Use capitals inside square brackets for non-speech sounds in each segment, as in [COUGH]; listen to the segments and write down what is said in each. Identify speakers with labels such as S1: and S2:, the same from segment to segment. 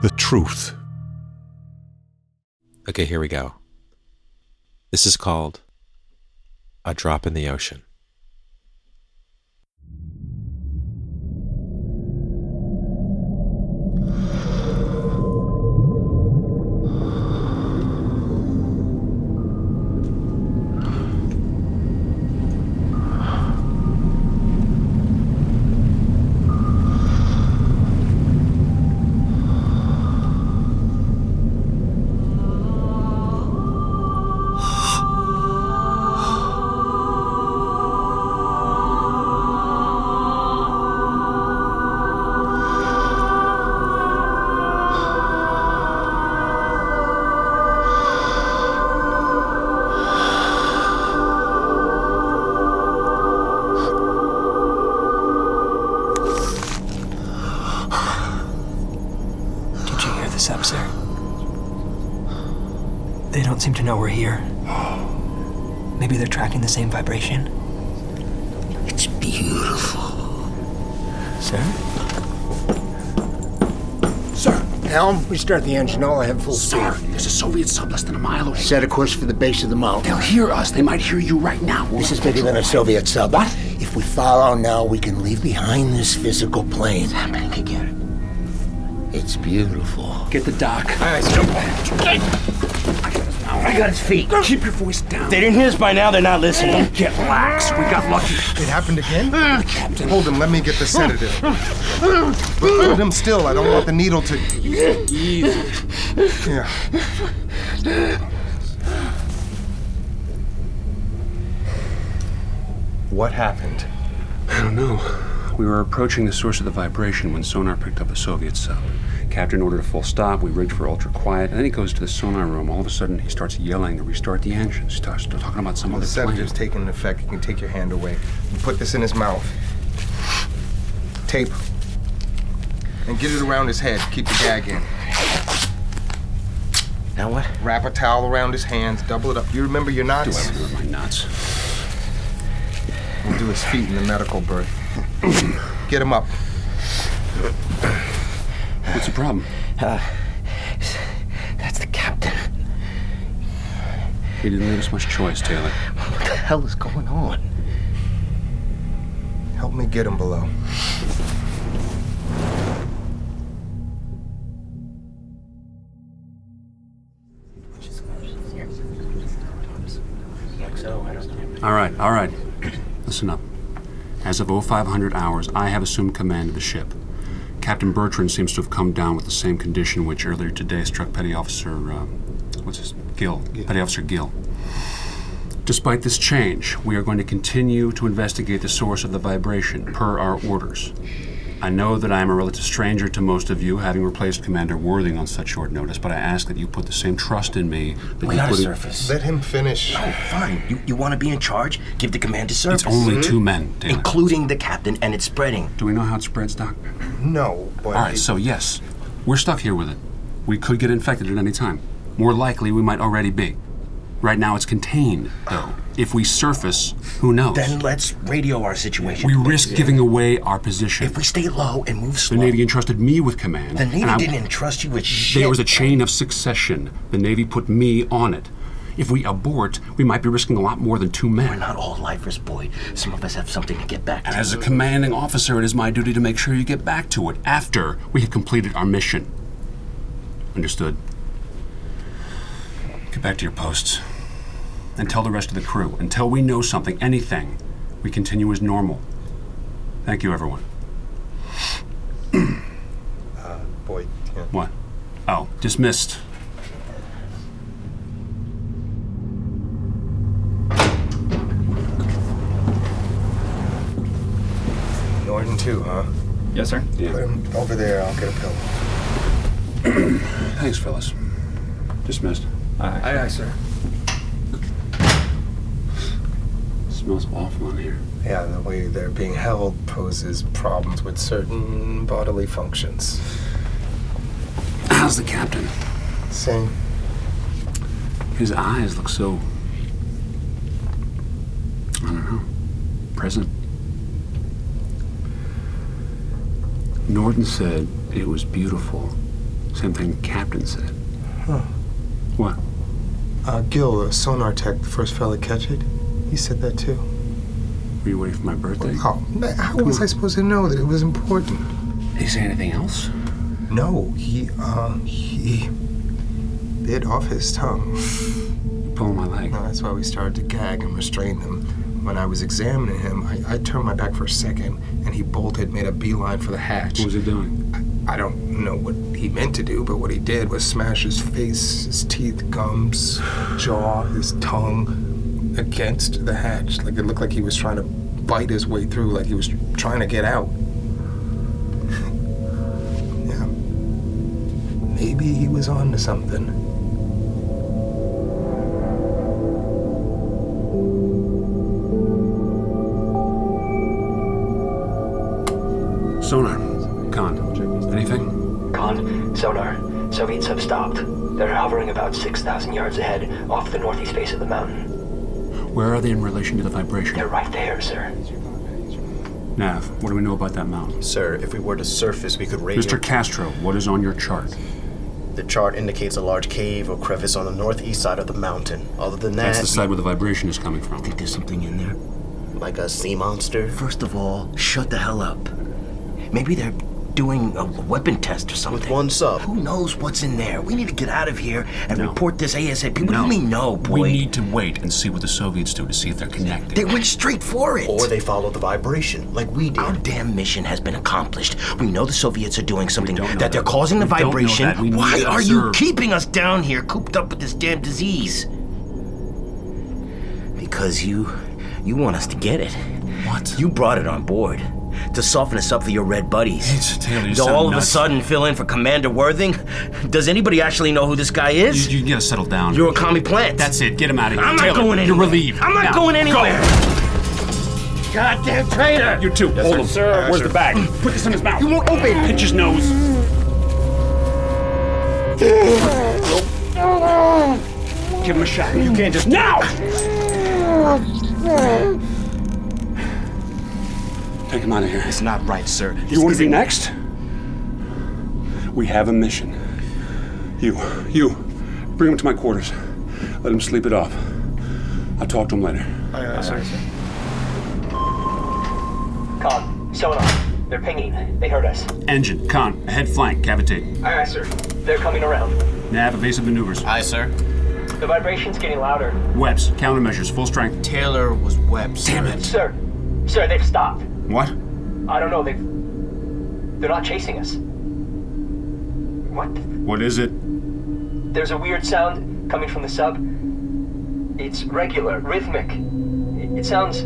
S1: The truth.
S2: Okay, here we go. This is called A Drop in the Ocean.
S3: Did you hear this up, sir? They don't seem to know we're here. Maybe they're tracking the same vibration.
S4: It's beautiful.
S3: Sir?
S5: Sir! Elm, we start the engine all ahead full
S4: Sir,
S5: speed.
S4: there's a Soviet sub less than a mile away.
S5: Set a course for the base of the mountain.
S4: They'll hear us. They might hear you right now.
S5: This is bigger than a Soviet sub.
S4: What?
S5: If we follow now, we can leave behind this physical plane.
S4: happening again.
S5: It's beautiful.
S4: Get the doc. All right, I got his feet. Keep your voice down.
S6: They didn't hear us by now, they're not listening.
S4: Get lax. We got lucky.
S7: It happened again?
S4: Ah,
S7: Captain. Hold him, let me get the sedative. But hold him still, I don't want the needle to. Yeah. What happened?
S8: I don't know. We were approaching the source of the vibration when sonar picked up a Soviet sub. Captain ordered a full stop. We rigged for ultra quiet, and then he goes to the sonar room. All of a sudden, he starts yelling to restart the engines. He starts talking about some
S7: The
S8: other plane.
S7: sedative's taking effect. You can take your hand away. You put this in his mouth. Tape. And get it around his head. Keep the gag in.
S2: Now what?
S7: Wrap a towel around his hands. Double it up. You remember your
S8: Do I
S7: knots?
S8: remember my nuts?
S7: We'll do his feet in the medical berth. Get him up.
S8: What's the problem?
S4: Uh, That's the captain.
S8: He didn't leave us much choice, Taylor.
S4: What the hell is going on?
S7: Help me get him below.
S8: All right, all right. [CLEARS THROAT] Listen up. As of 0500 hours, I have assumed command of the ship. Captain Bertrand seems to have come down with the same condition which earlier today struck Petty Officer, uh, what's his, Gill, Petty Officer Gill. Despite this change, we are going to continue to investigate the source of the vibration per our orders. I know that I am a relative stranger to most of you, having replaced Commander Worthing on such short notice, but I ask that you put the same trust in me that
S6: We
S8: you
S6: gotta
S8: put in-
S6: surface.
S7: Let him finish.
S5: Oh,
S6: Fine. You, you want to be in charge? Give the command to surface.
S8: It's only two men, Taylor.
S6: Including the captain, and it's spreading.
S8: Do we know how it spreads, Doc?
S7: No, but.
S8: All right, so yes, we're stuck here with it. We could get infected at any time. More likely, we might already be. Right now, it's contained, though. If we surface, who knows?
S6: Then let's radio our situation.
S8: we risk giving away our position.
S6: If we stay low and move
S8: the
S6: slow,
S8: Navy entrusted me with command.
S6: the Navy
S8: and I-
S6: didn't entrust you with shit.
S8: There was a chain of succession. The Navy put me on it. If we abort, we might be risking a lot more than two men.
S6: We're not all lifers, boy. Some of us have something to get back to.
S8: As a commanding officer, it is my duty to make sure you get back to it after we have completed our mission. Understood. Get back to your posts. And tell the rest of the crew. Until we know something, anything, we continue as normal. Thank you, everyone.
S7: Boy, yeah.
S8: What? Oh, dismissed.
S7: Norton too, huh?
S9: Yes, sir.
S7: Put him over there. I'll get a pillow.
S8: Thanks, Phyllis. Dismissed.
S9: Aye, aye, sir.
S8: Smells awful in here. [CLEARS THROAT]
S7: Yeah, the way they're being held poses problems with certain bodily functions.
S8: How's the captain?
S7: Same.
S8: His eyes look so. I don't know. Present. Norton said it was beautiful. Same thing the captain said. What?
S7: Uh, Gil, uh, sonar tech, the first fella to catch it, he said that too.
S8: Were you waiting for my birthday?
S7: Oh, man, how was I supposed to know that it was important?
S8: Did he say anything else?
S7: No, he, uh, he bit off his tongue.
S8: Pulling my leg.
S7: Now, that's why we started to gag and restrain them. When I was examining him, I, I turned my back for a second, and he bolted, made a beeline for the hatch.
S8: What was he doing?
S7: I don't know what he meant to do, but what he did was smash his face, his teeth, gums, jaw, his tongue against the hatch. Like it looked like he was trying to bite his way through, like he was trying to get out. [LAUGHS] yeah. Maybe he was on to something.
S8: Sonar. Con. Anything?
S3: Con, sonar, Soviets have stopped. They're hovering about 6,000 yards ahead, off the northeast face of the mountain.
S8: Where are they in relation to the vibration?
S3: They're right there, sir.
S8: Nav, what do we know about that mountain?
S10: Sir, if we were to surface, we could radio.
S8: Mr. Castro, what is on your chart?
S10: The chart indicates a large cave or crevice on the northeast side of the mountain. Other than that,
S8: That's the side where the vibration is coming from.
S6: There's something in there.
S10: like a sea monster.
S6: First of all, shut the hell up. Maybe they're doing a weapon test or something.
S10: one sub.
S6: Who knows what's in there? We need to get out of here and
S8: No.
S6: report this ASAP. What do you mean, no, boy?
S8: We need to wait and see what the Soviets do to see if they're connected.
S6: They went straight for it.
S10: Or they follow the vibration, like we did.
S6: Our damn mission has been accomplished. We know the Soviets are doing something,
S8: don't know
S6: that,
S8: that.
S6: they're causing the
S8: We don't know
S6: vibration.
S8: that. We need
S6: Why
S8: to
S6: are you
S8: observe.
S6: keeping us down here, cooped up with this damn disease? Because you you want us to get it.
S8: What?
S6: You brought it on board to soften us up for your red buddies.
S8: It's- Taylor, you
S6: to
S8: sound
S6: all of a
S8: nuts.
S6: sudden fill in for Commander Worthing? Does anybody actually know who this guy is?
S8: You, you gotta settle down.
S6: You, are a commie plant.
S8: That's it. Get him out of here.
S6: I'm not
S8: Taylor,
S6: going anywhere.
S8: You're relieved.
S6: I'm not
S8: Now,
S6: going anywhere.
S8: Go.
S6: Goddamn traitor!
S8: You too. Hold him. Where's the bag? Mm, Put this in his mouth. You won't open. Pinch his nose. Give him a shot. You can't just now. Take him out of here.
S10: It's not right, sir.
S8: You want to be next? We have a mission. You, you, bring him to my quarters. Let him sleep it off. I'll talk to him later.
S3: Con, sonar, they're pinging. They heard us.
S8: Engine, con, ahead flank, cavitate.
S3: Aye, aye, sir. They're coming around.
S8: Nav, evasive maneuvers.
S10: Aye, sir.
S3: The vibration's getting louder.
S8: Webs, countermeasures, full strength.
S10: Taylor was Webb. Damn it.
S3: Sir, sir, they've stopped.
S8: What?
S3: I don't know, they've. They're not chasing us. What?
S8: What is it?
S3: There's a weird sound coming from the sub. It's regular, rhythmic. It, it sounds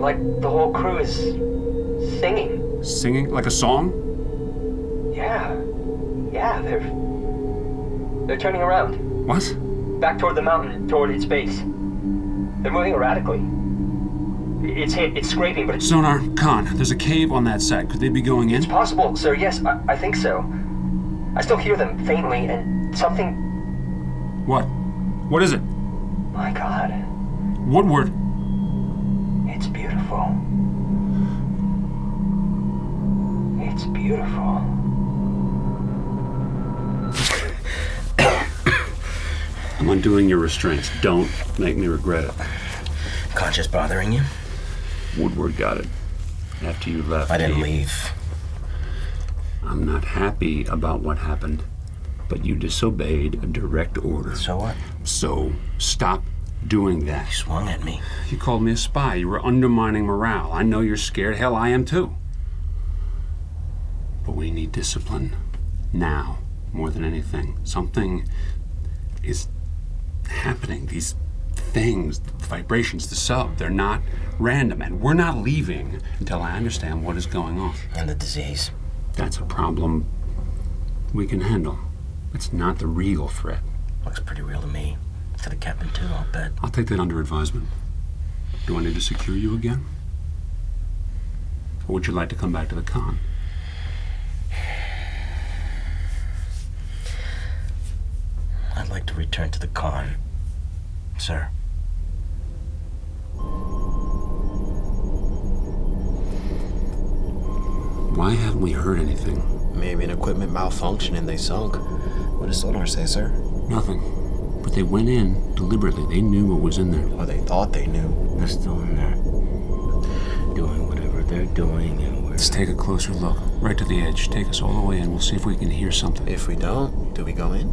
S3: like the whole crew is singing.
S8: Singing like a song?
S3: Yeah. Yeah, they're. They're turning around,
S8: What?
S3: back toward the mountain, toward its base. They're moving erratically. I- It's hit, it's scraping, but it's
S8: Sonar, con, there's a cave on that side. Could they be going in?
S3: possible, sir. Yes, I, I think so. I still hear them faintly, and something.
S8: What? What is it?
S3: My god,
S8: Woodward.
S3: it's beautiful. It's beautiful.
S8: I'm undoing your restraints. Don't make me regret it.
S6: Conscious bothering you?
S8: Woodward got it. After you left.
S6: I didn't
S8: he-
S6: leave.
S8: I'm not happy about what happened, but you disobeyed a direct order.
S6: So what?
S8: So stop doing that.
S6: Swung at me.
S8: You called me a spy. You were undermining morale. I know you're scared. Hell, I am too. But we need discipline now more than anything. Something is happening. These things, the vibrations, the sub, they're not random. And we're not leaving until I understand what is going on.
S6: And the disease.
S8: That's a problem we can handle. It's not the real threat.
S6: Looks pretty real to me. To the captain, too, I'll bet.
S8: I'll take that under advisement. Do I need to secure you again? Or would you like to come back to the con?
S6: I'd like to return to the con, sir.
S8: Why haven't we heard anything?
S10: Maybe an equipment malfunction and they sunk. What does sonar say, sir?
S8: Nothing. But they went in deliberately. They knew what was in there.
S10: Or they thought they knew.
S6: They're still in there. Doing whatever they're doing and we're.
S8: Let's take a closer look. Right to the edge. Take us all the way in. We'll see if we can hear something.
S10: If we don't, do we go in?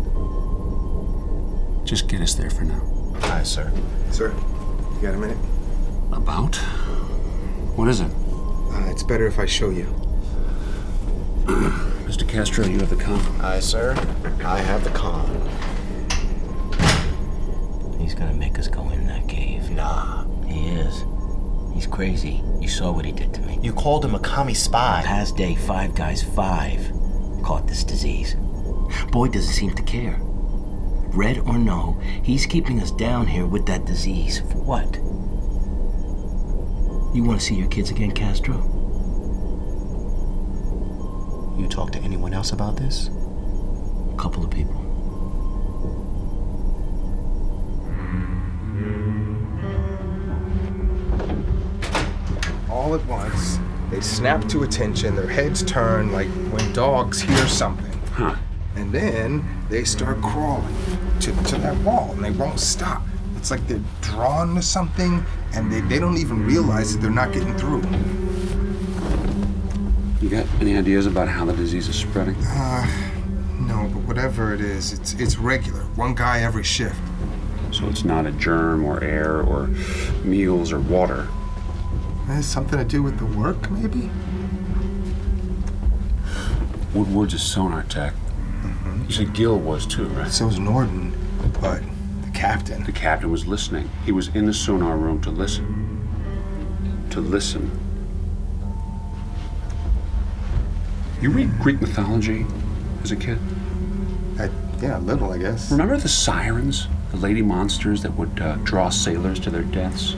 S8: Just get us there for now.
S10: Aye, sir.
S11: Sir, you got a minute?
S8: About? What is it?
S11: Uh, it's better if I show you.
S8: Mr. Castro, you have the con.
S10: Aye, sir. I have the con.
S6: He's gonna make us go in that cave.
S10: Nah.
S6: He is. He's crazy. You saw what he did to me.
S10: You called him a commie spy.
S6: Past day, five guys, five caught this disease. Boy doesn't seem to care. Red or no, he's keeping us down here with that disease. For what? You want to see your kids again, Castro?
S10: You talked to anyone else about this?
S6: A couple of people.
S7: All at once, they snap to attention, their heads turn like when dogs hear something.
S8: Huh.
S7: And then they start crawling to, to that wall and they won't stop. It's like they're drawn to something and they, they don't even realize that they're not getting through.
S8: You got any ideas about how the disease is spreading?
S7: No, but whatever it is, it's, it's regular. One guy every shift.
S8: So it's not a germ or air or meals or water.
S7: Has something to do with the work, maybe?
S8: Woodward's a sonar tech. You said Gill was too, right?
S7: So's Norton, but the captain.
S8: The captain was listening. He was in the sonar room to listen. To listen. You read Greek mythology as a kid?
S7: I, yeah, little, I guess.
S8: Remember the sirens? The lady monsters that would uh, draw sailors to their deaths?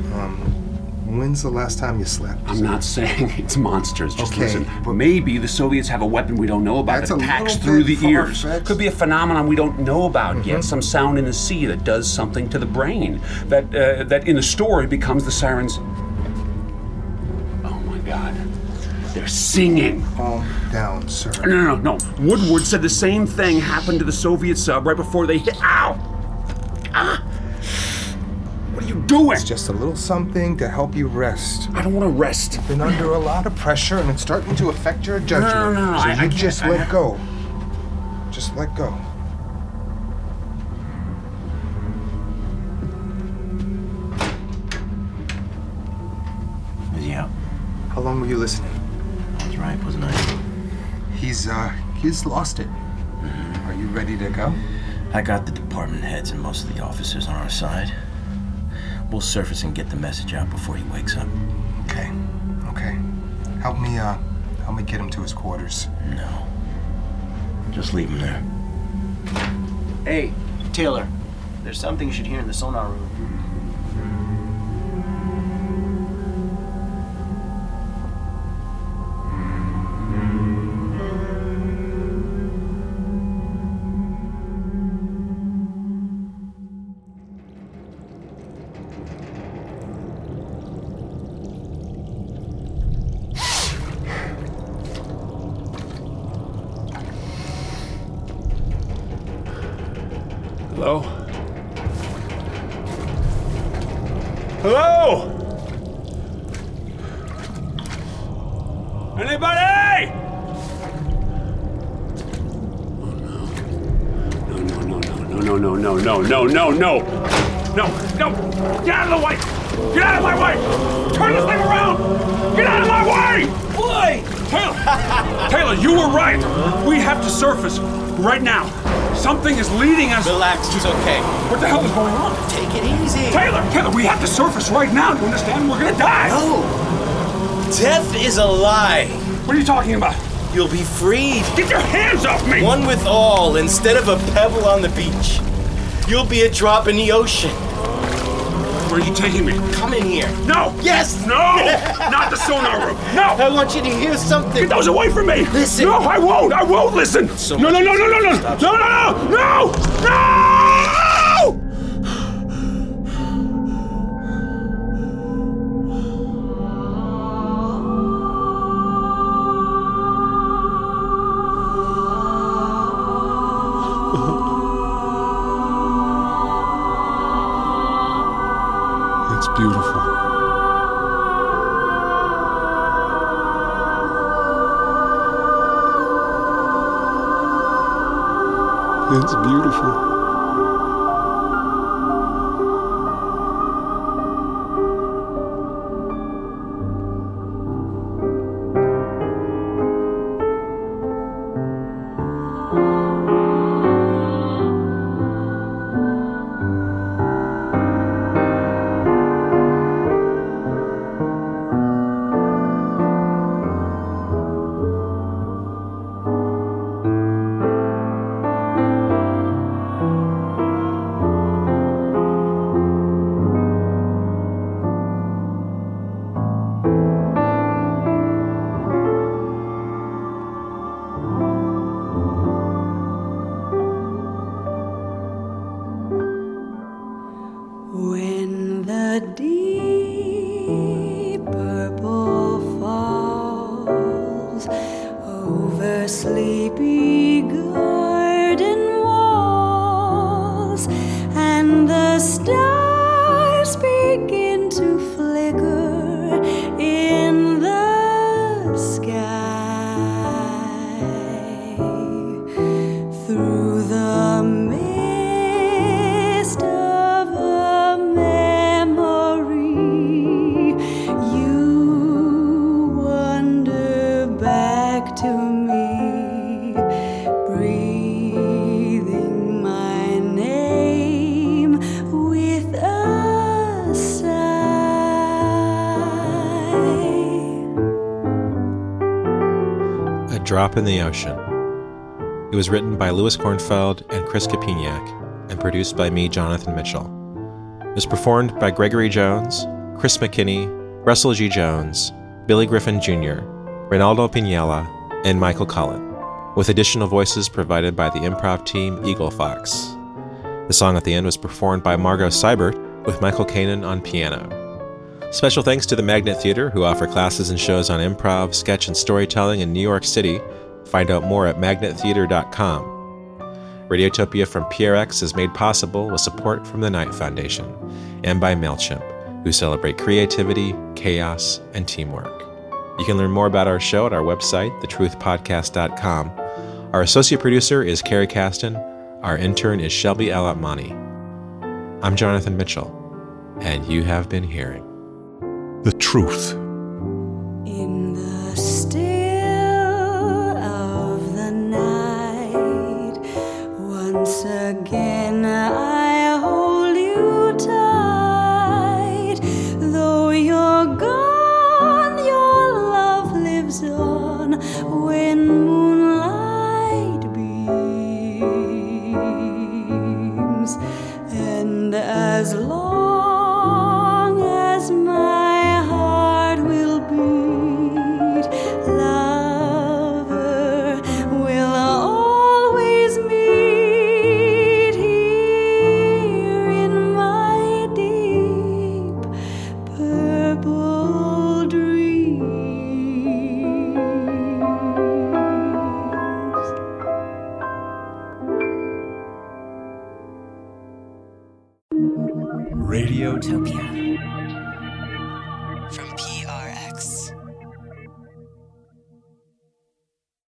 S7: When's the last time you slept?
S8: I'm not saying [LAUGHS] it's monsters. Just
S7: Okay,
S8: listen.
S7: but-
S8: Maybe the Soviets have a weapon we don't know about
S7: That's
S8: that
S7: a
S8: attacks
S7: little
S8: through
S7: bit Mm-hmm.
S8: the ears.
S7: far-fetched.
S8: Could be a phenomenon we don't know about yet. Some sound in the sea that does something to the brain. That uh, that in the story becomes the sirens. Oh my God! They're singing.
S7: Calm down, sir.
S8: No, no, no, no. Woodward said the same thing happened to the Soviet sub right before they hit. Ow! Ah! What are you doing?
S7: It's just a little something to help you rest.
S8: I don't want to rest.
S7: Been under a lot of pressure and it's starting to affect your judgment.
S8: No, no, no,
S7: So
S8: I- I
S7: you
S8: can't-
S7: just
S8: I-
S7: let go. Just let go.
S6: Is he out?
S7: How long were you listening?
S6: That's right, wasn't I?
S7: He's uh he's lost it. Are you ready to go?
S6: I got the department heads and most of the officers on our side. We'll surface and get the message out before he wakes up.
S7: Okay. Okay. Help me uh help me get him to his quarters.
S6: No. Just leave him there.
S10: Hey, Taylor. There's something you should hear in the sonar room.
S8: Hello? Hello? Anybody? Oh no. No, no, no, no, no, no, no, no, no. No, no. Get out of the way! Get out of my way! Turn this thing around! Get out of my way! Boy! Taylor! Taylor, you were right! We have to surface right now. Something is leading us.
S10: Relax, it's okay.
S8: What the hell is going on?
S10: Take it easy.
S8: Taylor, Taylor, we have to surface right now. Do you understand? We're gonna die.
S10: No! Death is a lie.
S8: What are you talking about?
S10: You'll be freed.
S8: Get your hands off me!
S10: One with all instead of a pebble on the beach. You'll be a drop in the ocean.
S8: Where are you taking me?
S10: Come in here.
S8: No!
S10: Yes! [LAUGHS]
S8: No! Not the sonar room!
S10: I
S8: No!
S10: want you to hear something.
S8: Get those away from me!
S10: Listen.
S8: No, I won't! I won't listen!
S10: So
S8: no, no,
S10: much
S8: no, no, no, no!
S10: Stop.
S8: No, no, no! No! No!
S12: Thank
S7: It's beautiful.
S12: When the deep purple falls over sleepy garden walls, and the stars begin to flicker in the sky through the mist of a memory, you wander back to me, breathing my name with a sigh.
S2: A Drop in the Ocean. It was written by Louis Kornfeld and Chris Kapiniak and produced by me, Jonathan Mitchell. It was performed by Gregory Jones, Chris McKinney, Russell G. Jones, Billy Griffin Jr., Reynaldo Pinella, and Michael Cullen, with additional voices provided by the improv team Eagle Fox. The song at the end was performed by Margot Seibert with Michael Kanan on piano. Special thanks to the Magnet Theater, who offer classes and shows on improv, sketch, and storytelling in New York City. Find out more at magnettheater.com. Radiotopia from PRX is made possible with support from the Knight Foundation and by MailChimp, who celebrate creativity, chaos, and teamwork. You can learn more about our show at our website, thetruthpodcast.com. Our associate producer is Carrie Caston. Our intern is Shelby Alatmani. I'm Jonathan Mitchell, and you have been hearing The Truth.
S12: In the still of the night, once again I hold you tight. Though you're gone, your love lives on when moonlight.